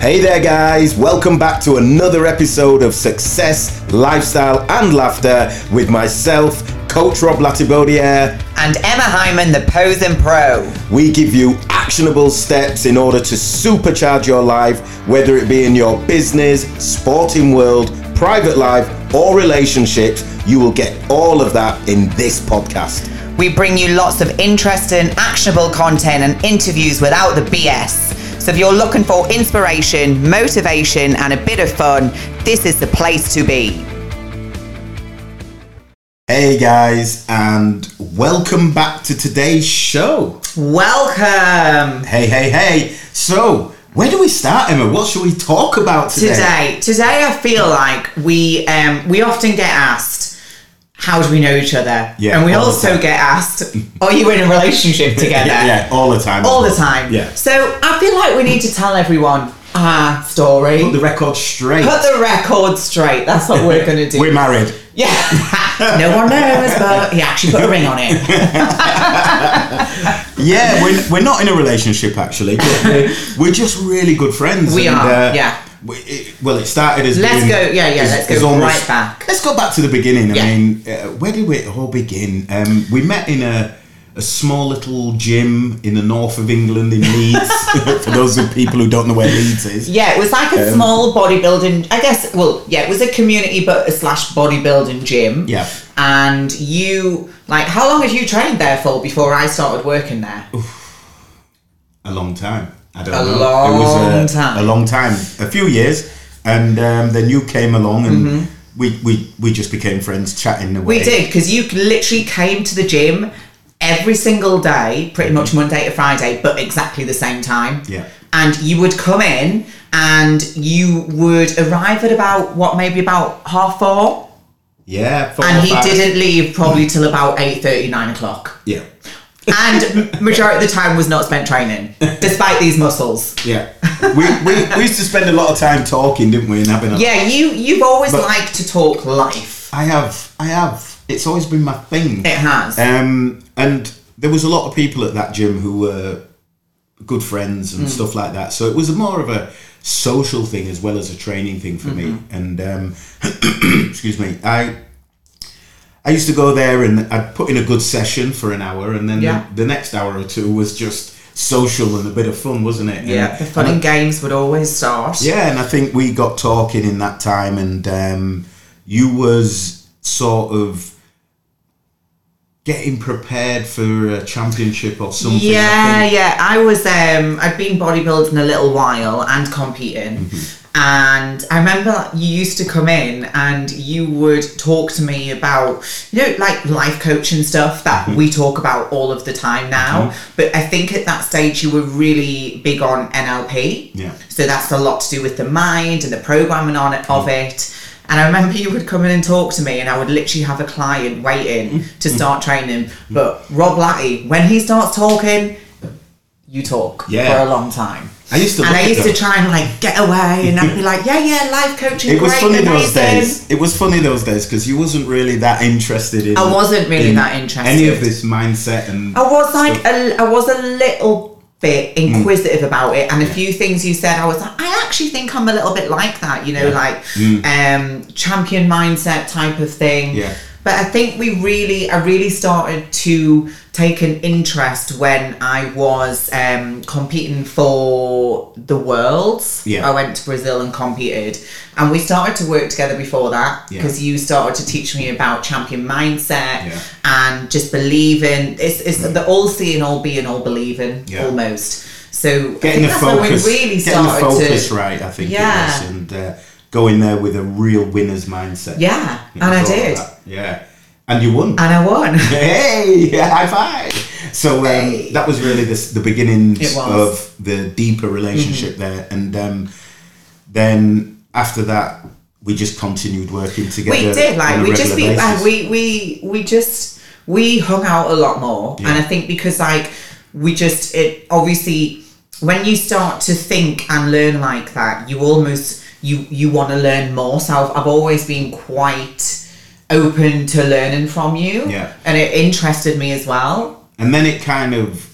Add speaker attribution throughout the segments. Speaker 1: Hey there, guys. Welcome back to another episode of Success, Lifestyle, and Laughter with myself, Coach Rob Latibodiere.
Speaker 2: and Emma Hyman, the posing pro.
Speaker 1: We give you actionable steps in order to supercharge your life, whether it be in your business, sporting world, private life, or relationships. You will get all of that in this podcast.
Speaker 2: We bring you lots of interesting, actionable content and interviews without the BS. So if you're looking for inspiration, motivation, and a bit of fun, this is the place to be.
Speaker 1: Hey, guys, and welcome back to today's show.
Speaker 2: Welcome
Speaker 1: Hey, hey, hey. So, where do we start, Emma? What should we talk about today?
Speaker 2: today. Today, I feel like we um, we often get asked. How do we know each other?
Speaker 1: Yeah,
Speaker 2: and we
Speaker 1: all the
Speaker 2: also
Speaker 1: time.
Speaker 2: get asked, "Are you in a relationship together?"
Speaker 1: Yeah, yeah, all the time.
Speaker 2: all the time.
Speaker 1: Yeah.
Speaker 2: So I feel like we need to tell everyone our story.
Speaker 1: Put the record straight.
Speaker 2: Put the record straight. That's what we're going to do.
Speaker 1: We're married.
Speaker 2: yeah. no one knows, but he actually put a ring on it.
Speaker 1: Yeah, we're, we're not in a relationship actually. But we're, we're just really good friends.
Speaker 2: We
Speaker 1: and, uh,
Speaker 2: are, yeah.
Speaker 1: we- it- well, it started as
Speaker 2: Let's
Speaker 1: being-
Speaker 2: go- yeah, yeah,
Speaker 1: as-
Speaker 2: let's go
Speaker 1: as almost-
Speaker 2: right back.
Speaker 1: Let's go back to the beginning. I
Speaker 2: Yeah.
Speaker 1: mean, uh, where did it all begin? Um, we met in a, a small little gym in the north of England in Leeds. For those of people who don't know where Leeds is,
Speaker 2: Yeah, it was like a
Speaker 1: Um,
Speaker 2: small bodybuilding. I guess. Well, yeah, it was a community but slash bodybuilding gym.
Speaker 1: Yeah.
Speaker 2: And you like how long had you trained there for before I started working there?
Speaker 1: a long time. I don't
Speaker 2: A
Speaker 1: know.
Speaker 2: long
Speaker 1: it was uh, a,
Speaker 2: time.
Speaker 1: A long time. A few years, and um, then you came along and. We, we, we just became friends chatting away.
Speaker 2: Mm-hmm. We did because you literally came to the gym every single day, pretty much Monday to Friday, but exactly the same time.
Speaker 1: Mm-hmm. Yeah.
Speaker 2: And you would come in and you would arrive at about what maybe about half four,
Speaker 1: Yeah. four or
Speaker 2: and he
Speaker 1: five.
Speaker 2: didn't leave probably till about eight thirty nine o'clock.
Speaker 1: Yeah.
Speaker 2: And majority of the time was not spent training, despite these muscles.
Speaker 1: Yeah. we, we, we used to spend a lot of time talking, didn't we? And having a
Speaker 2: Yeah, you you've always
Speaker 1: But-
Speaker 2: liked to talk life.
Speaker 1: I have. I have. It's always been my thing.
Speaker 2: It has.
Speaker 1: Um, and there was a lot of people at that gym who were good friends
Speaker 2: Hmm.
Speaker 1: and stuff like that. So it was more of a social thing as well as a training thing for me.
Speaker 2: Mm-hmm.
Speaker 1: And um, excuse me, I I used to go there and I'd put in a good session for an hour, and then
Speaker 2: Yeah.
Speaker 1: the, the next hour or two was just social and a bit of fun, wasn't it? And-
Speaker 2: yeah, the fun
Speaker 1: and I-
Speaker 2: and games would always start.
Speaker 1: yeah, and I think we got talking in that time, and um, you was sort of getting prepared for a championship or something. I
Speaker 2: Yeah,
Speaker 1: think.
Speaker 2: yeah. I was um I'd been bodybuilding a little while and competing. And I remember you used to come in and you would talk to me about, you know, like life coaching stuff that we talk about all of the time now. But I think at that stage you were really big on NLP.
Speaker 1: Yeah.
Speaker 2: So that's a lot to do with the mind and the programming on it, of it. And I remember you would come in and talk to me, and I would literally have a client waiting to start training. But Rob Latty, when he starts talking, you talk
Speaker 1: Yeah.
Speaker 2: for a long time.
Speaker 1: I used to.
Speaker 2: And
Speaker 1: love
Speaker 2: I
Speaker 1: it
Speaker 2: used
Speaker 1: though.
Speaker 2: to try and like get away, and I'd be like, "Yeah, yeah, life coaching,
Speaker 1: It was
Speaker 2: great,
Speaker 1: funny those
Speaker 2: amazing."
Speaker 1: days. It was funny those days because you wasn't really that interested in.
Speaker 2: I wasn't really
Speaker 1: in
Speaker 2: that interested.
Speaker 1: Any of this mindset and.
Speaker 2: I was like, a, I was a little bit
Speaker 1: Mm.
Speaker 2: inquisitive about it, and a few things you said, I was like, I actually think I'm a little bit like that, you know, like um, champion mindset type of thing.
Speaker 1: Mm. Yeah.
Speaker 2: But I think we really, I really started to take an interest when I was um, competing for the worlds.
Speaker 1: Yeah.
Speaker 2: I went to Brazil and competed, and we started to work together before that
Speaker 1: Yeah.
Speaker 2: because you started to teach me about champion mindset
Speaker 1: Yeah.
Speaker 2: and just believing. It's it's the all seeing, all being, all believing
Speaker 1: Mm. Yeah.
Speaker 2: almost. So
Speaker 1: getting the
Speaker 2: I think that's when
Speaker 1: focus,
Speaker 2: we really
Speaker 1: getting the
Speaker 2: started
Speaker 1: focus
Speaker 2: to.
Speaker 1: right. I think
Speaker 2: Yeah.
Speaker 1: it was, and uh, going there with a real winner's mindset.
Speaker 2: Yeah,
Speaker 1: It
Speaker 2: and
Speaker 1: was
Speaker 2: I
Speaker 1: all
Speaker 2: did,
Speaker 1: that. Yeah, and you won.
Speaker 2: and I won.
Speaker 1: Hey, high five! So um,
Speaker 2: Hey.
Speaker 1: that was really the, the beginnings
Speaker 2: It
Speaker 1: of
Speaker 2: was. Mm-hmm.
Speaker 1: the deeper relationship there, and um, then after that, we just continued working together.
Speaker 2: we did
Speaker 1: on
Speaker 2: like
Speaker 1: a
Speaker 2: we just we,
Speaker 1: regular
Speaker 2: like,
Speaker 1: basis.
Speaker 2: we we we just we hung out a lot more and i think because like we just it obviously when you start to think and learn like that you almost you you want to learn more so I've, I've always been quite open to learning from you
Speaker 1: Yeah.
Speaker 2: and it interested me as well
Speaker 1: and then it kind of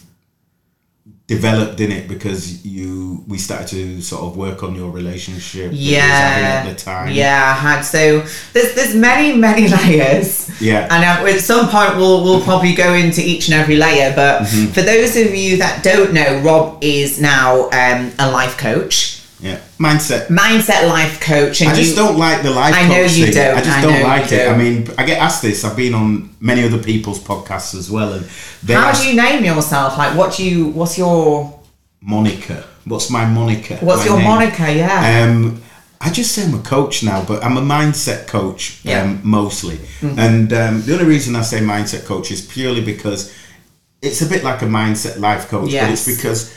Speaker 1: developed in it because you we started to sort of work on your relationship. that you was having
Speaker 2: yeah,
Speaker 1: at the time.
Speaker 2: yeah, I had so there's there's many many layers.
Speaker 1: Yeah.
Speaker 2: and uh, at some point we'll we'll probably go into each and every layer. But
Speaker 1: Mm-hmm.
Speaker 2: for those of you that don't know, Rob is now um, a life coach,
Speaker 1: yeah. Mindset.
Speaker 2: mindset life coach, and
Speaker 1: I just
Speaker 2: you-
Speaker 1: don't like the life
Speaker 2: I know
Speaker 1: coach
Speaker 2: you
Speaker 1: thing.
Speaker 2: don't.
Speaker 1: I just
Speaker 2: I
Speaker 1: don't
Speaker 2: know
Speaker 1: like
Speaker 2: you
Speaker 1: it. I
Speaker 2: don't.
Speaker 1: mean, I get asked this. I've been on many other people's podcasts as well, and they
Speaker 2: How
Speaker 1: ask
Speaker 2: do you name yourself? Like, what do you? What's your?
Speaker 1: moniker. What's my moniker?
Speaker 2: What's
Speaker 1: My
Speaker 2: your
Speaker 1: name?
Speaker 2: moniker? Yeah.
Speaker 1: Um, I just say I'm a coach now, but I'm a mindset coach
Speaker 2: Yeah. Mm-hmm.
Speaker 1: um, mostly. And um, the only reason I say mindset coach is purely because it's a bit like a mindset life coach, but it's
Speaker 2: Yes.
Speaker 1: because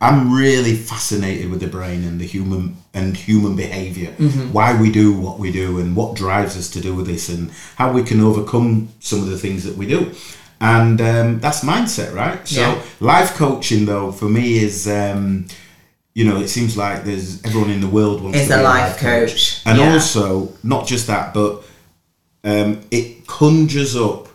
Speaker 1: I'm really fascinated with the brain and the human and human behavior.
Speaker 2: Mm-hmm.
Speaker 1: Why we do what we do and what drives us to do this and how we can overcome some of the things that we do. And um, that's mindset, right? So
Speaker 2: Yeah.
Speaker 1: life coaching though for me is um, you know, it seems like there's everyone in the world wants
Speaker 2: Is
Speaker 1: to
Speaker 2: a
Speaker 1: be
Speaker 2: life coach,
Speaker 1: and
Speaker 2: yeah.
Speaker 1: also not just that, but um, it conjures up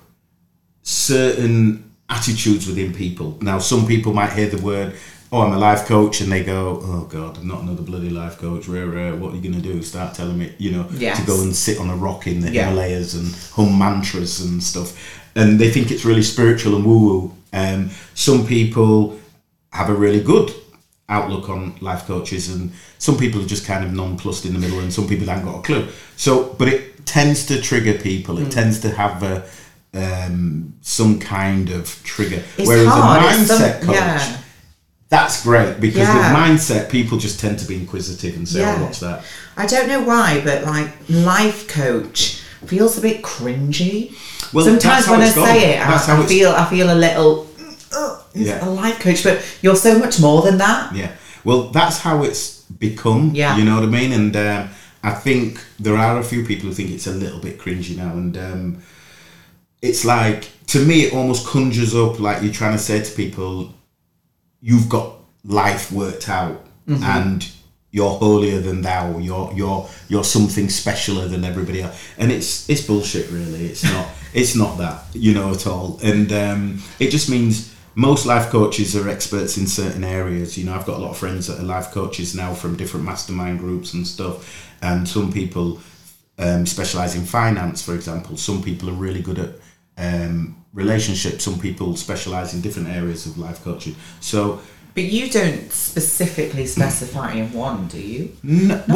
Speaker 1: certain attitudes within people. Now, some people might hear the word, "Oh, I'm a life coach," and they go, "Oh God, I'm not another bloody life coach." Rare, rare. What are you going to do? Start telling me, you know,
Speaker 2: Yes.
Speaker 1: to go and sit on a rock in the
Speaker 2: Yeah.
Speaker 1: Himalayas and hum mantras and stuff, and they think it's really spiritual and woo-woo. Um, some people have a really good outlook on life coaches and some people are just kind of nonplussed in the middle and some people haven't got a clue so but it tends to trigger people
Speaker 2: Hmm.
Speaker 1: it tends to have a um, some kind of trigger
Speaker 2: It's
Speaker 1: whereas
Speaker 2: hard.
Speaker 1: a
Speaker 2: It's some-
Speaker 1: mindset coach
Speaker 2: yeah.
Speaker 1: that's great because
Speaker 2: Yeah.
Speaker 1: with mindset people just tend to be inquisitive and say
Speaker 2: Yeah.
Speaker 1: oh what's that
Speaker 2: I don't know why, but like life coach feels a bit cringy.
Speaker 1: Well, that's
Speaker 2: Sometimes
Speaker 1: how
Speaker 2: when I
Speaker 1: it's gone.
Speaker 2: say it,
Speaker 1: That's
Speaker 2: I,
Speaker 1: how
Speaker 2: I
Speaker 1: it's-
Speaker 2: feel I feel a little. "Ugh,
Speaker 1: Yeah.
Speaker 2: A life coach, but you're so much more than that.
Speaker 1: Yeah. Well, that's how it's become.
Speaker 2: Yeah.
Speaker 1: You know what I mean? And um, I think there are a few people who think it's a little bit cringy now. And um, it's like, to me, it almost conjures up like you're trying to say to people, you've got life worked out and you're holier than thou you're you're you're something specialer than everybody else and it's it's bullshit really it's not it's not that you know at all and um, it just means most life coaches are experts in certain areas you know i've got a lot of friends that are life coaches now from different mastermind groups and stuff and some people um, specialize in finance for example some people are really good at um, relationships some people specialize in different areas of life coaching so
Speaker 2: But you don't specifically specify in one, do you?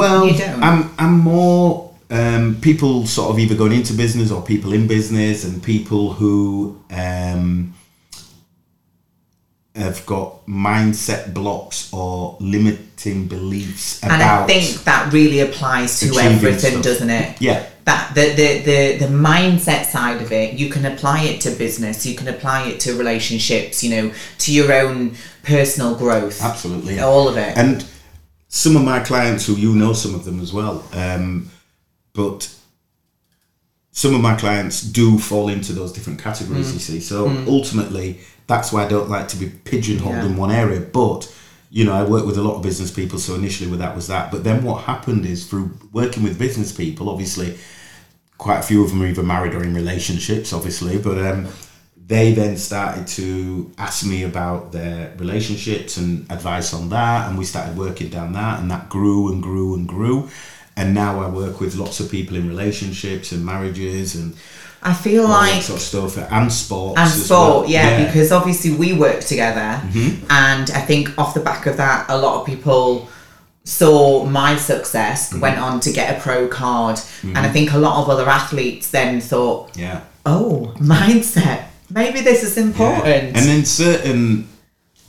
Speaker 1: well,
Speaker 2: you don't.
Speaker 1: I'm I'm more um, people sort of either going into business or people in business and people who um, have got mindset blocks or limiting beliefs about
Speaker 2: And I think that really applies to
Speaker 1: achieving
Speaker 2: everything,
Speaker 1: stuff.
Speaker 2: doesn't it?
Speaker 1: yeah
Speaker 2: that the, the the the mindset side of it you can apply it to business you can apply it to relationships you know to your own personal growth
Speaker 1: absolutely
Speaker 2: all of it
Speaker 1: And some of my clients, who you know, some of them as well, um, but some of my clients do fall into those different categories. You see, so ultimately, that's why I don't like to be pigeonholed
Speaker 2: Yeah.
Speaker 1: in one area. But you know, I work with a lot of business people, so initially, with that was that. But then, what happened is through working with business people, obviously, quite a few of them are either married or in relationships, obviously, but um, they then started to ask me about their relationships and advice on that, and we started working down that, and that grew and grew and grew. And now I work with lots of people in relationships and marriages and
Speaker 2: i feel
Speaker 1: all
Speaker 2: like
Speaker 1: that sort of stuff and sports.
Speaker 2: and
Speaker 1: as
Speaker 2: sport
Speaker 1: well. Mm-hmm.
Speaker 2: yeah, because obviously we work together and i think off the back of that a lot of people saw my success
Speaker 1: Mm-hmm.
Speaker 2: went on to get a pro card and i think a lot of other athletes then thought
Speaker 1: yeah.
Speaker 2: oh mindset maybe this is important
Speaker 1: And then certain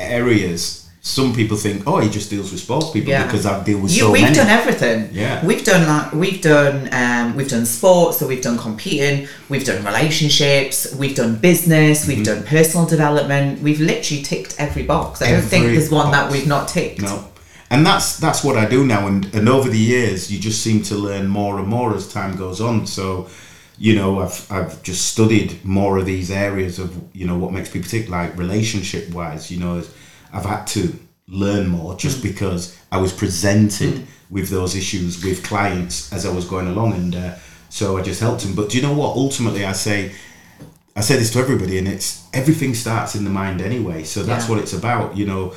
Speaker 1: areas, some people think, oh, he just deals with sports people
Speaker 2: Yeah.
Speaker 1: because I deal with
Speaker 2: You,
Speaker 1: so
Speaker 2: we've
Speaker 1: many.
Speaker 2: done everything.
Speaker 1: Yeah.
Speaker 2: We've done like we've done um, we've done sports, so we've done competing, we've done relationships, we've done business, we've
Speaker 1: Mm-hmm.
Speaker 2: done personal development. We've literally ticked every box. I don't think
Speaker 1: Every
Speaker 2: there's one that
Speaker 1: box.
Speaker 2: we've not ticked.
Speaker 1: No. And that's that's what I do now and, and over the years you just seem to learn more and more as time goes on. So, you know, I've I've just studied more of these areas of you know what makes people tick, like relationship wise, you know, I've had to learn more just because I was presented with those issues with clients as I was going along and uh, so I just helped them. But do you know what? Ultimately I say I say this to everybody, and it's everything starts in the mind anyway. So that's
Speaker 2: Yeah.
Speaker 1: what it's about. You know,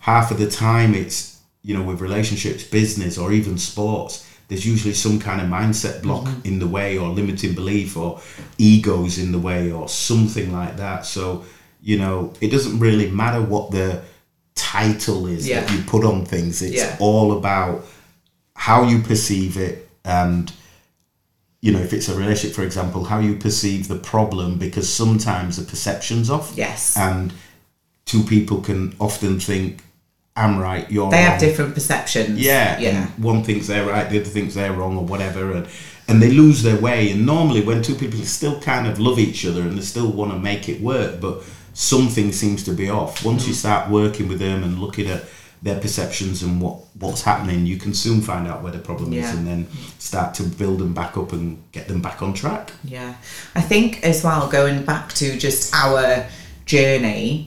Speaker 1: half of the time it's you know with relationships, business, or even sports. There's usually some kind of mindset block
Speaker 2: Mm-hmm.
Speaker 1: in the way, or limiting belief, or egos in the way, or something like that. So you know, it doesn't really matter what the title is that
Speaker 2: Yeah.
Speaker 1: you put on things. It's
Speaker 2: Yeah.
Speaker 1: all about how you perceive it and you know if it's a relationship for example how you perceive the problem because sometimes the perception's off
Speaker 2: Yes.
Speaker 1: and two people can often think i'm right you're
Speaker 2: They
Speaker 1: wrong.
Speaker 2: have different perceptions.
Speaker 1: yeah
Speaker 2: Yeah.
Speaker 1: and one thinks they're right the other thinks they're wrong or whatever and and they lose their way and normally when two people still kind of love each other and they still want to make it work but something seems to be off once you start working with them and looking at their perceptions and what what's happening you can soon find out where the problem
Speaker 2: Yeah.
Speaker 1: is and then start to build them back up and get them back on track
Speaker 2: Yeah. I think as well, going back to just our journey,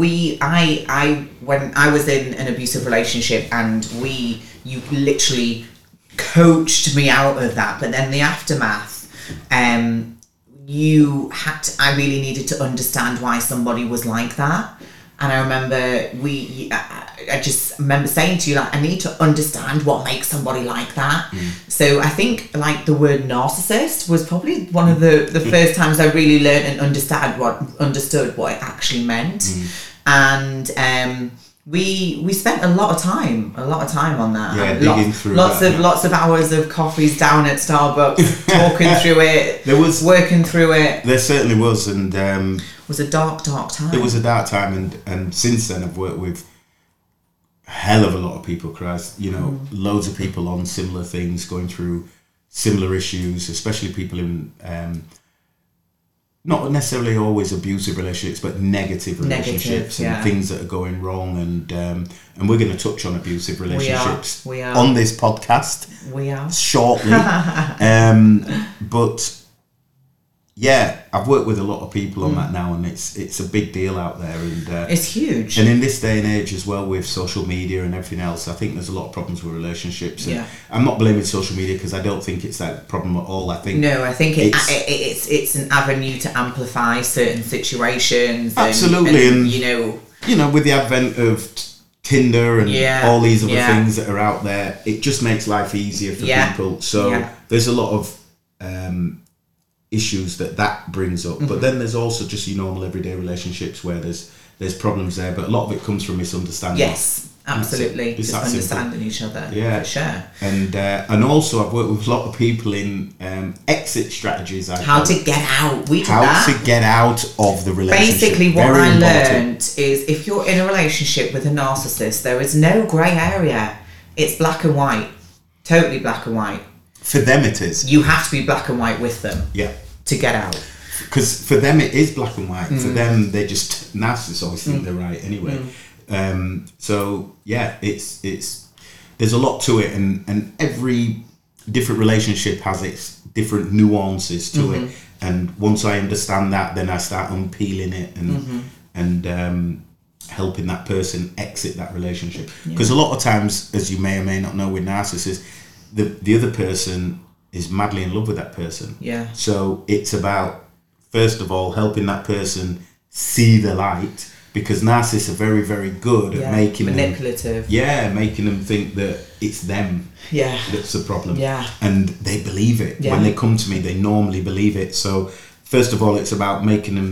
Speaker 2: we, I, I, when I was in an abusive relationship and we, you literally coached me out of that, but then the aftermath, um, you had to, I really needed to understand why somebody was like that. And I remember we, I I just remember saying to you, like, I need to understand what makes somebody like that.
Speaker 1: Mm.
Speaker 2: So I think, like, the word narcissist was probably one of the,
Speaker 1: Mm.
Speaker 2: the first times I really learned and understood what, understood what it actually meant.
Speaker 1: Mm.
Speaker 2: And, um, we, we spent a lot of time, a lot of time on that.
Speaker 1: Yeah,
Speaker 2: And
Speaker 1: digging
Speaker 2: lots,
Speaker 1: through
Speaker 2: lots
Speaker 1: that,
Speaker 2: of
Speaker 1: yeah.
Speaker 2: lots of hours of coffees down at Starbucks, talking through it.
Speaker 1: There was-
Speaker 2: working through it.
Speaker 1: there certainly was and um
Speaker 2: It was a dark, dark time.
Speaker 1: it was a dark time and and since then i've worked with a hell of a lot of people christ you know
Speaker 2: Mm.
Speaker 1: loads of people on similar things going through similar issues especially people in um not necessarily always abusive relationships but negative relationships and
Speaker 2: yeah.
Speaker 1: things that are going wrong and um and we're going to touch on abusive relationships
Speaker 2: we are.
Speaker 1: on this podcast
Speaker 2: we are.
Speaker 1: shortly. um, but yeah, I've worked with a lot of people on that now, and it's it's a big deal out there. And uh,
Speaker 2: Mm. It's huge.
Speaker 1: and in this day and age as well, with social media and everything else, I think there's a lot of problems with relationships. And
Speaker 2: Yeah.
Speaker 1: I'm not blaming social media because I don't think it's that problem at all. I think
Speaker 2: No, I think it,
Speaker 1: It's-
Speaker 2: it's, it, it's it's an avenue to amplify certain situations. and-
Speaker 1: Absolutely,
Speaker 2: and,
Speaker 1: and-
Speaker 2: you know,
Speaker 1: you know, with the advent of t- Tinder and
Speaker 2: Yeah,
Speaker 1: all these other
Speaker 2: yeah.
Speaker 1: things that are out there, it just makes life easier for
Speaker 2: Yeah,
Speaker 1: people. So
Speaker 2: yeah.
Speaker 1: there's a lot of um, issues that that brings up,
Speaker 2: Mm-hmm.
Speaker 1: but then there's also just your normal everyday relationships where there's there's problems there, but a lot of it comes from misunderstanding.
Speaker 2: yes, absolutely,
Speaker 1: It's
Speaker 2: just
Speaker 1: that simple.
Speaker 2: understanding each other.
Speaker 1: Yeah.
Speaker 2: for sure.
Speaker 1: And uh, and also I've worked with a lot of people in um, exit strategies. I
Speaker 2: How
Speaker 1: call
Speaker 2: to get out? We did
Speaker 1: how
Speaker 2: that.
Speaker 1: to get out of the relationship.
Speaker 2: Basically, what
Speaker 1: Very
Speaker 2: I
Speaker 1: important.
Speaker 2: learned is if you're in a relationship with a narcissist, there is no grey area. It's black and white, totally black and white.
Speaker 1: for them it is.
Speaker 2: You have to be black and white with them
Speaker 1: Yeah.
Speaker 2: to get out.
Speaker 1: because for them it is black and white. For them, they just narcissists always think they're right anyway. Um, so yeah, it's it's there's a lot to it, and and every different relationship has its different nuances to it. And once I understand that, then I start unpeeling it and and um, helping that person exit that relationship. Because a lot of times, as you may or may not know, with narcissists, the the other person is madly in love with that person.
Speaker 2: Yeah.
Speaker 1: So it's about first of all helping that person see the light because narcissists are very very good at
Speaker 2: yeah,
Speaker 1: making them
Speaker 2: manipulative.
Speaker 1: yeah making them think that it's them
Speaker 2: Yeah.
Speaker 1: that's the problem
Speaker 2: Yeah.
Speaker 1: and they believe it
Speaker 2: Yeah.
Speaker 1: when they come to me they normally believe it so first of all it's about making them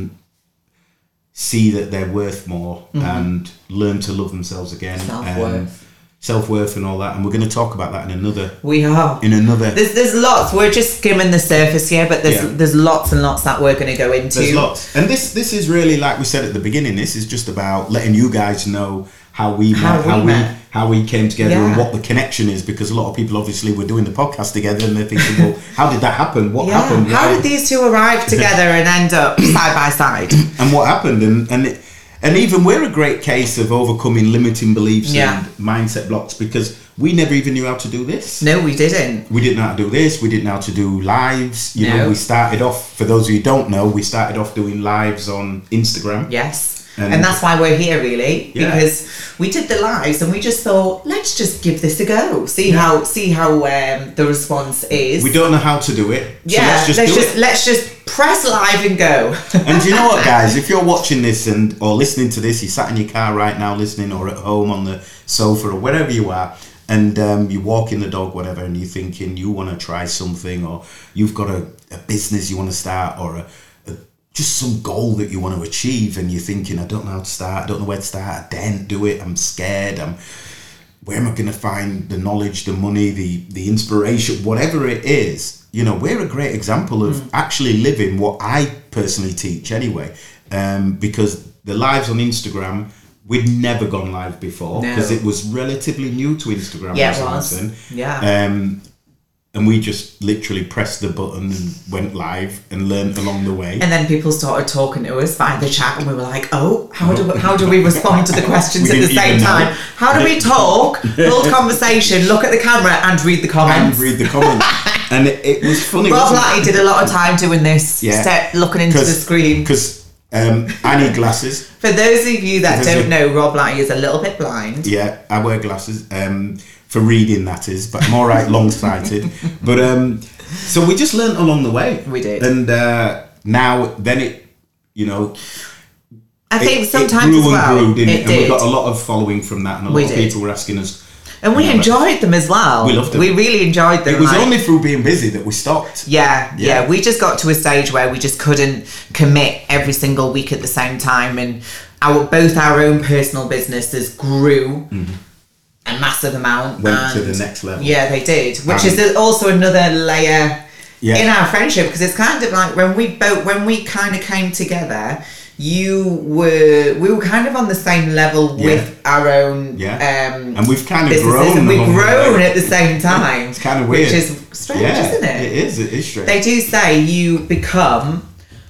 Speaker 1: see that they're worth more and learn to love themselves again um,
Speaker 2: Mm-hmm. Self-worth.
Speaker 1: self-worth and all that and we're going to talk about that in another
Speaker 2: We are.
Speaker 1: in another
Speaker 2: There's there's lots. We're just skimming the surface here, but there's
Speaker 1: Yeah.
Speaker 2: there's lots and lots that we're going to go into.
Speaker 1: There's lots, and this this is really like we said at the beginning. This is just about letting you guys know how we
Speaker 2: How
Speaker 1: met,
Speaker 2: we
Speaker 1: how we
Speaker 2: met.
Speaker 1: how we came together, and
Speaker 2: Yeah.
Speaker 1: what the connection is. Because a lot of people obviously were doing the podcast together, and they're thinking, "Well, how did that happen? What
Speaker 2: Yeah.
Speaker 1: happened?
Speaker 2: How
Speaker 1: Why-
Speaker 2: did these two arrive together and end up side by side?
Speaker 1: and what happened?" And and it, and even we're a great case of overcoming limiting beliefs
Speaker 2: Yeah.
Speaker 1: and mindset blocks because we never even knew how to do this.
Speaker 2: No, we didn't.
Speaker 1: we didn't know how to do this. We didn't know how to do lives. You know,
Speaker 2: No.
Speaker 1: we started off. For those of you who don't know, we started off doing lives on Instagram.
Speaker 2: Yes.
Speaker 1: And-
Speaker 2: And, that's why we're here, really,
Speaker 1: Yeah.
Speaker 2: because we did the lives and we just thought, let's just give this a go, see how see how um, the response is.
Speaker 1: We don't know how to do it. so
Speaker 2: yeah,
Speaker 1: let's just do it.
Speaker 2: let's just press live and go.
Speaker 1: And do you know what, guys? If you're watching this and or listening to this, you're sat in your car right now, listening, or at home on the sofa or wherever you are, and um, you're walking the dog, whatever, and you're thinking you want to try something, or you've got a, a business you want to start, or a, a, just some goal that you want to achieve, and you're thinking, I don't know how to start, I don't know where to start, I daren't do it, I'm scared, I'm where am I going to find the knowledge, the money, the the inspiration, whatever it is? You know, we're a great example of
Speaker 2: Mm.
Speaker 1: actually living what I personally teach anyway, um, because the lives on Instagram we'd never gone live before
Speaker 2: No.
Speaker 1: because it was relatively new to Instagram.
Speaker 2: Yeah, it
Speaker 1: Mr.
Speaker 2: was.
Speaker 1: Hanson.
Speaker 2: Yeah.
Speaker 1: Um, and we just literally pressed the button and went live and learned along the way.
Speaker 2: And then people started talking to us via the chat, and we were like, "Oh, how do we, how do we respond to the questions
Speaker 1: We
Speaker 2: at the
Speaker 1: didn't
Speaker 2: same
Speaker 1: even
Speaker 2: time?
Speaker 1: know.
Speaker 2: How do we talk, hold conversation, look at the camera, and read the
Speaker 1: and
Speaker 2: comments?"
Speaker 1: read the comments. and it, it was funny.
Speaker 2: Rob
Speaker 1: wasn't it?
Speaker 2: Lighty did a lot of time doing this,
Speaker 1: Yeah.
Speaker 2: step looking into the screen.
Speaker 1: Because um, I need glasses.
Speaker 2: For those of you that
Speaker 1: Because
Speaker 2: don't
Speaker 1: it-
Speaker 2: know, Rob Lighty is a little bit blind.
Speaker 1: Yeah, I wear glasses um, for reading. That is, but I'm all right, long sighted. But um, so we just learnt along the way.
Speaker 2: We did.
Speaker 1: and uh, now then it, you know,
Speaker 2: I
Speaker 1: it,
Speaker 2: think
Speaker 1: it
Speaker 2: sometimes
Speaker 1: grew
Speaker 2: as well,
Speaker 1: and grew, didn't it?
Speaker 2: it
Speaker 1: And we
Speaker 2: did,
Speaker 1: got a lot of following from that, and a lot
Speaker 2: We
Speaker 1: of
Speaker 2: did.
Speaker 1: people were asking us.
Speaker 2: and we
Speaker 1: Yeah, but
Speaker 2: enjoyed them as well.
Speaker 1: We loved them.
Speaker 2: We really enjoyed them.
Speaker 1: It was
Speaker 2: like-
Speaker 1: only through being busy that we stopped.
Speaker 2: Yeah, yeah,
Speaker 1: Yeah.
Speaker 2: We just got to a stage where we just couldn't commit every single week at the same time, and our both our own personal businesses grew a massive amount.
Speaker 1: Mm-hmm. Went to
Speaker 2: and-
Speaker 1: the next level.
Speaker 2: Yeah, they did, which
Speaker 1: And-
Speaker 2: is also another layer
Speaker 1: Yeah.
Speaker 2: in our friendship because it's kind of like when we both when we kind of came together. You were we were kind of on the same level with our own
Speaker 1: Yeah.
Speaker 2: um,
Speaker 1: And we've kind of
Speaker 2: businesses,
Speaker 1: grown.
Speaker 2: and we've
Speaker 1: along the way.
Speaker 2: grown at the same time. it's
Speaker 1: kinda weird.
Speaker 2: which is strange,
Speaker 1: Yeah,
Speaker 2: isn't
Speaker 1: It is. It is strange.
Speaker 2: they do say you become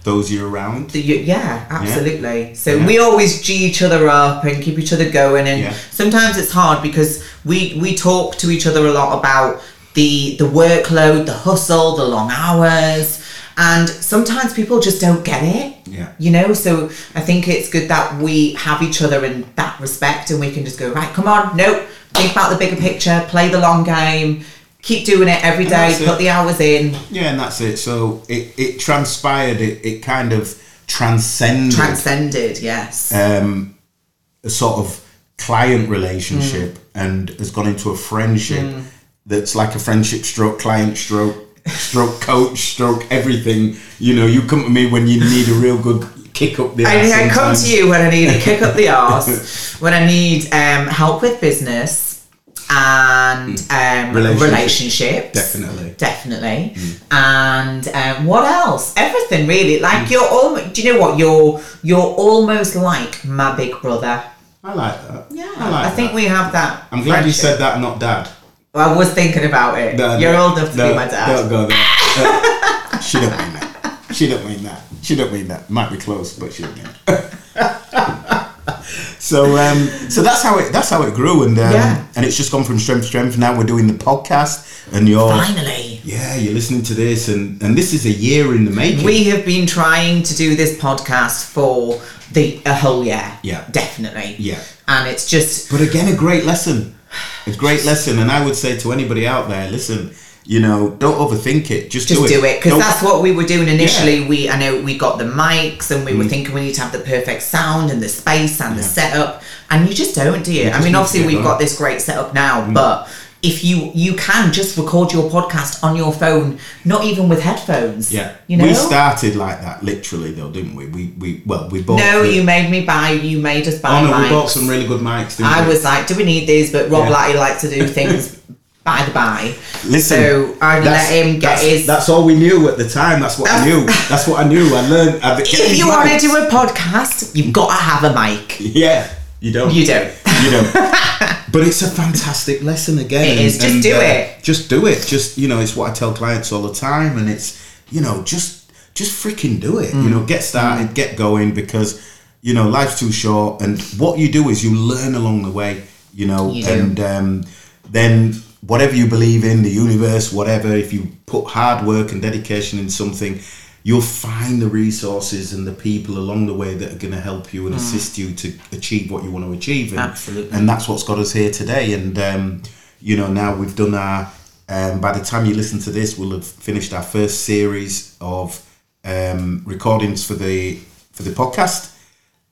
Speaker 1: Those year round.
Speaker 2: the you, yeah absolutely so
Speaker 1: Yeah.
Speaker 2: we always g each other up and keep each other going and
Speaker 1: Yeah.
Speaker 2: sometimes it's hard because we we talk to each other a lot about the the workload the hustle the long hours and sometimes people just don't get it
Speaker 1: Yeah.
Speaker 2: you know so i think it's good that we have each other in that respect and we can just go right come on nope think about the bigger picture play the long game keep doing it every day
Speaker 1: that's it.
Speaker 2: put the hours in
Speaker 1: Yeah, and that's it. So it, it transpired, it, it kind of transcended
Speaker 2: transcended yes
Speaker 1: um, a sort of client relationship
Speaker 2: Mm.
Speaker 1: and has gone into a friendship that's like a friendship stroke, client stroke, stroke coach, stroke everything. You know, you come to me when you need a real good kick up the
Speaker 2: I,
Speaker 1: ass
Speaker 2: I come
Speaker 1: sometimes.
Speaker 2: to you when I need a kick up the arse, when I need um, help with business and um,
Speaker 1: Mm. Relationships.
Speaker 2: relationships.
Speaker 1: Definitely. Mm.
Speaker 2: Definitely. And um, what else? Everything really.
Speaker 1: Mm.
Speaker 2: Like you're all. Do you know what? You're you're almost like my big brother.
Speaker 1: I like that.
Speaker 2: Yeah.
Speaker 1: I like
Speaker 2: think
Speaker 1: that.
Speaker 2: we have that.
Speaker 1: I'm glad you
Speaker 2: friendship.
Speaker 1: said that, not dad.
Speaker 2: Well, I was thinking about it.
Speaker 1: No,
Speaker 2: you're
Speaker 1: no,
Speaker 2: old enough to
Speaker 1: no,
Speaker 2: be my dad.
Speaker 1: Don't go there. Uh, she don't mean that. She don't mean that. She don't mean that. Might be close, but she don't mean that. so um, so that's how it that's how it grew and um,
Speaker 2: Yeah.
Speaker 1: and it's just gone from strength to strength. Now we're doing the podcast and you're
Speaker 2: Finally.
Speaker 1: yeah you're listening to this and and this is a year in the making.
Speaker 2: We have been trying to do this podcast for the a whole year.
Speaker 1: Yeah.
Speaker 2: Definitely.
Speaker 1: Yeah.
Speaker 2: And it's just
Speaker 1: But again, a great lesson. A great lesson, and I would say to anybody out there, listen, you know, don't overthink it. Just,
Speaker 2: just do it because
Speaker 1: Don't-
Speaker 2: that's what we were doing initially. We I know we got the mics and we
Speaker 1: Mm.
Speaker 2: were thinking we need to have the perfect sound and the space and the setup, and you just don't, do you? I mean,
Speaker 1: need
Speaker 2: obviously
Speaker 1: to, Mm.
Speaker 2: we've
Speaker 1: right?
Speaker 2: got this great setup now, but if you you can just record your podcast on your phone, not even with headphones.
Speaker 1: Yeah,
Speaker 2: you know.
Speaker 1: we started like that literally though, didn't we? We we well we bought.
Speaker 2: no,
Speaker 1: the-
Speaker 2: you made me buy. You made us buy.
Speaker 1: Oh no, we
Speaker 2: mics.
Speaker 1: bought some really good mics. Didn't
Speaker 2: I
Speaker 1: we?
Speaker 2: was like, do we need these? But Rob
Speaker 1: Mm. Yeah.
Speaker 2: Latty likes to do things by the by.
Speaker 1: Listen,
Speaker 2: so I let
Speaker 1: that's-
Speaker 2: him get
Speaker 1: that's,
Speaker 2: his.
Speaker 1: That's all we knew at the time. That's what I knew. That's what I knew. I learned. I,
Speaker 2: if you want to do a podcast, you've got to have a mic.
Speaker 1: yeah, you don't.
Speaker 2: You don't.
Speaker 1: You don't. but it's a fantastic lesson again. uh,
Speaker 2: It is. Just do it.
Speaker 1: Just do it. Just you know, it's what I tell clients all the time, and it's you know, just just freaking do it.
Speaker 2: Mm.
Speaker 1: You know, get started, get going, because you know life's too short, and what you do is you learn along the way. You know,
Speaker 2: You do.
Speaker 1: and um, then whatever you believe in, the universe, whatever, if you put hard work and dedication in something. You'll find the resources and the people along the way that are going to help you and
Speaker 2: Mm.
Speaker 1: assist you to achieve what you want to achieve. And,
Speaker 2: Absolutely.
Speaker 1: and that's what's got us here today. And um, you know, now we've done our. Um, by the time you listen to this, we'll have finished our first series of um, recordings for the for the podcast,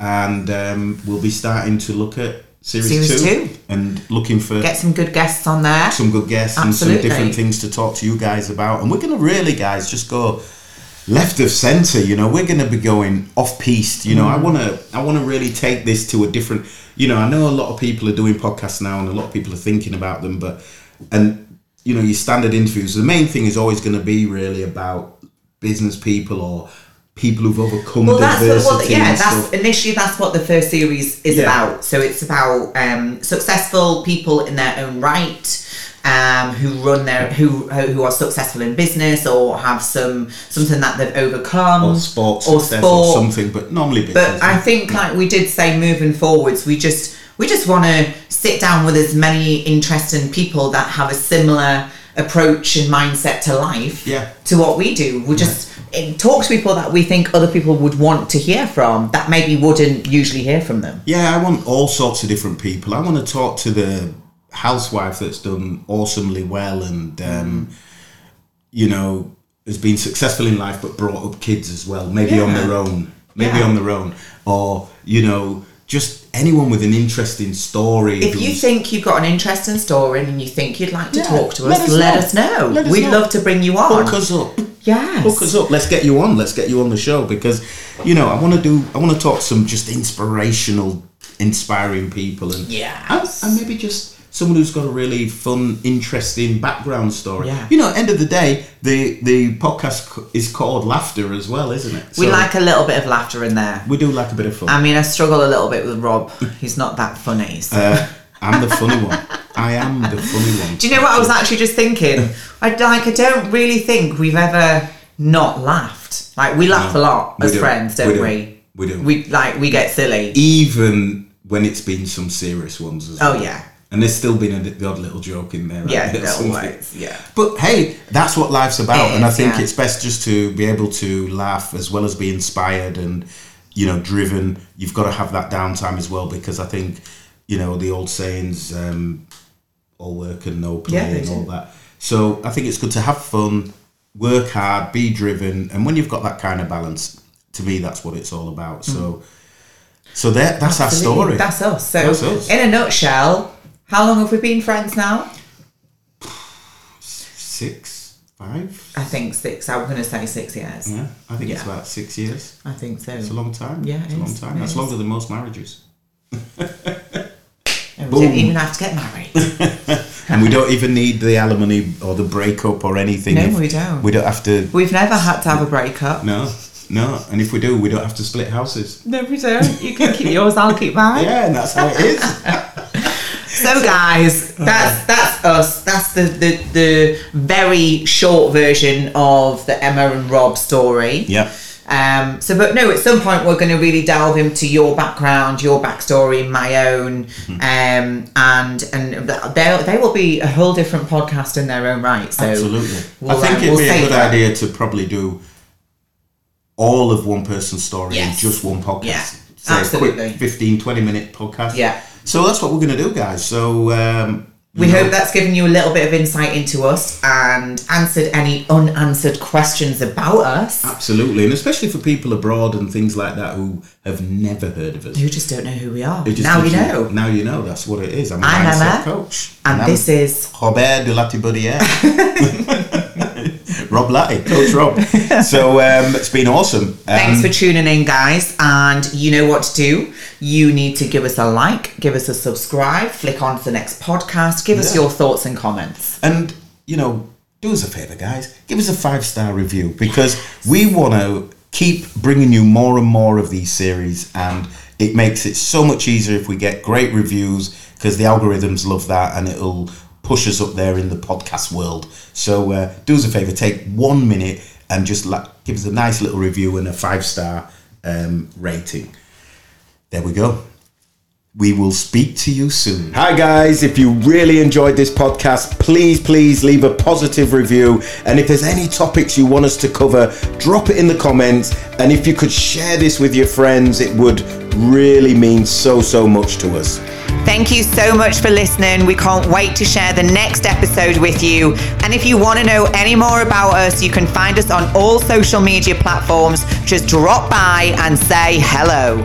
Speaker 1: and um, we'll be starting to look at series,
Speaker 2: Series
Speaker 1: two,
Speaker 2: two.
Speaker 1: and looking for
Speaker 2: Get some good guests on there.
Speaker 1: some good guests and
Speaker 2: Absolutely.
Speaker 1: some different things to talk to you guys about. And we're going to really, guys, just go left of center. You know, we're going to be going off piste. You know,
Speaker 2: Mm.
Speaker 1: I want to, I want to really take this to a different. You know, I know a lot of people are doing podcasts now, and a lot of people are thinking about them, but and you know, your standard interviews. The main thing is always going to be really about business people or people who've overcome
Speaker 2: well, that's
Speaker 1: diversity.
Speaker 2: what, what, yeah.
Speaker 1: and
Speaker 2: That's
Speaker 1: stuff.
Speaker 2: initially that's what the first series is
Speaker 1: Yeah.
Speaker 2: about. So it's about um, successful people in their own right, um, who run their who who are successful in business or have some something that they've overcome
Speaker 1: or sports
Speaker 2: or
Speaker 1: success
Speaker 2: sport.
Speaker 1: or something, but normally business.
Speaker 2: But I think, like we did say, moving forwards, we just we just want to sit down with as many interesting people that have a similar approach and mindset to life,
Speaker 1: Yeah.
Speaker 2: to what we do. We just eh, talk to people that we think other people would want to hear from that maybe wouldn't usually hear from them.
Speaker 1: Yeah, I want all sorts of different people. I want to talk to the housewife that's done awesomely well and, um,
Speaker 2: Mm-hmm.
Speaker 1: you know, has been successful in life but brought up kids as well, maybe on
Speaker 2: Yeah.
Speaker 1: their own, maybe
Speaker 2: Yeah.
Speaker 1: on their own. Or, you know, just anyone with an interesting story.
Speaker 2: If you
Speaker 1: who's-
Speaker 2: think you've got an interesting story and you think you'd like to
Speaker 1: Yeah,
Speaker 2: talk to
Speaker 1: let
Speaker 2: us,
Speaker 1: us
Speaker 2: let
Speaker 1: know.
Speaker 2: us know.
Speaker 1: Let us
Speaker 2: We'd
Speaker 1: know.
Speaker 2: love to bring you on.
Speaker 1: Hook us up.
Speaker 2: yes.
Speaker 1: Hook us up. Let's get you on. Let's get you on the show because, you know, I want to do. I want to talk some just inspirational, inspiring people and and,
Speaker 2: Yes.
Speaker 1: and maybe just someone who's got a really fun, interesting background story.
Speaker 2: Yeah.
Speaker 1: You know, end of the day, the the podcast c- is called Laughter as well, isn't it?
Speaker 2: we
Speaker 1: So
Speaker 2: like Um, a little bit of laughter in there.
Speaker 1: we do like a bit of fun.
Speaker 2: I mean, I struggle a little bit with Rob. He's not that funny. so-
Speaker 1: uh, I'm the funny one. I am the funny one.
Speaker 2: Do you know what I was actually just thinking? I like. I don't really think we've ever not laughed. Like we laugh a lot
Speaker 1: We
Speaker 2: as
Speaker 1: do.
Speaker 2: friends,
Speaker 1: We
Speaker 2: don't
Speaker 1: do.
Speaker 2: we?
Speaker 1: We do. E-
Speaker 2: We like we get silly.
Speaker 1: Even when it's been some serious ones as
Speaker 2: Oh
Speaker 1: well.
Speaker 2: yeah,
Speaker 1: And there's still been a, the odd little joke in there.
Speaker 2: yeah,
Speaker 1: hasn't there,
Speaker 2: little
Speaker 1: something?
Speaker 2: ways, yeah.
Speaker 1: But hey, that's what life's about,
Speaker 2: It
Speaker 1: and I
Speaker 2: is,
Speaker 1: think
Speaker 2: yeah.
Speaker 1: it's best just to be able to laugh as well as be inspired and you know driven. You've got to have that downtime as well because I think you know the old sayings, um, all work and no play
Speaker 2: Yeah, they
Speaker 1: and
Speaker 2: do.
Speaker 1: all that. So I think it's good to have fun, work hard, be driven, and when you've got that kind of balance, to me that's what it's all about. So, so there, that's
Speaker 2: Mm. Absolutely.
Speaker 1: our story.
Speaker 2: That's us. So,
Speaker 1: That's us.
Speaker 2: in a nutshell, how long have we been friends now?
Speaker 1: six, five.
Speaker 2: I think six. I was going to say six years.
Speaker 1: Yeah, I think it's
Speaker 2: Yeah.
Speaker 1: about six years.
Speaker 2: I think so.
Speaker 1: It's Mm. a long time.
Speaker 2: Yeah,
Speaker 1: it's a
Speaker 2: it
Speaker 1: long
Speaker 2: is,
Speaker 1: time.
Speaker 2: it
Speaker 1: That's
Speaker 2: is.
Speaker 1: longer than most marriages.
Speaker 2: And we
Speaker 1: Boom.
Speaker 2: didn't even have to get married.
Speaker 1: And we don't even need the alimony or the breakup or anything.
Speaker 2: No,
Speaker 1: if-
Speaker 2: we don't.
Speaker 1: We don't have to.
Speaker 2: We've never had to have a breakup.
Speaker 1: No, no. And if we do, we don't have to split houses.
Speaker 2: No, we don't. You can keep yours. I'll keep mine.
Speaker 1: Yeah, and that's how it is.
Speaker 2: So guys, that's that's us. That's the, the the very short version of the Emma and Rob story.
Speaker 1: yeah.
Speaker 2: Um, so, but no, at some point we're going to really delve into your background, your backstory, my own,
Speaker 1: Hmm.
Speaker 2: um, and and th- there they will be a whole different podcast in their own right. So
Speaker 1: Absolutely.
Speaker 2: we'll,
Speaker 1: I think
Speaker 2: um,
Speaker 1: it'd
Speaker 2: we'll
Speaker 1: be a
Speaker 2: save
Speaker 1: good
Speaker 2: that.
Speaker 1: idea to probably do all of one person's story
Speaker 2: Yes.
Speaker 1: in just one podcast.
Speaker 2: Yeah,
Speaker 1: So a
Speaker 2: absolutely.
Speaker 1: Quick 15, 20 minute podcast.
Speaker 2: Yeah.
Speaker 1: So that's what we're going to do, guys. So um, you
Speaker 2: We
Speaker 1: know,
Speaker 2: hope that's given you a little bit of insight into us and answered any unanswered questions about us.
Speaker 1: Ah. Absolutely, and especially for people abroad and things like that who have never heard of us.
Speaker 2: You just don't know who we are.
Speaker 1: It just
Speaker 2: Now you
Speaker 1: gives
Speaker 2: know.
Speaker 1: Now you know. That's what it is. I'm a
Speaker 2: I'm
Speaker 1: mindset
Speaker 2: Emma,
Speaker 1: coach,
Speaker 2: And
Speaker 1: I'm
Speaker 2: this is
Speaker 1: Robert de Latibodière. Rob Latty, Coach Rob. So um, it's been awesome. Um,
Speaker 2: thanks for tuning in, guys. And you know what to do. You need to give us a like, give us a subscribe, flick on to the next podcast, give us
Speaker 1: Yeah.
Speaker 2: your thoughts and comments.
Speaker 1: and you know, do us a favor, guys. Give us a five star review because we want to keep bringing you more and more of these series, and it makes it so much easier if we get great reviews because the algorithms love that, and it'll push us up there in the podcast world. So uh, do us a favor, take one minute and just la- give us a nice little review and a five star um, rating. There we go. We will speak to you soon. Hi, guys. If you really enjoyed this podcast, please, please leave a positive review. And if there's any topics you want us to cover, drop it in the comments. And if you could share this with your friends, it would really means so, so much to us.
Speaker 3: Thank you so much for listening. We can't wait to share the next episode with you. And if you want to know any more about us, you can find us on all social media platforms. Just drop by and say hello.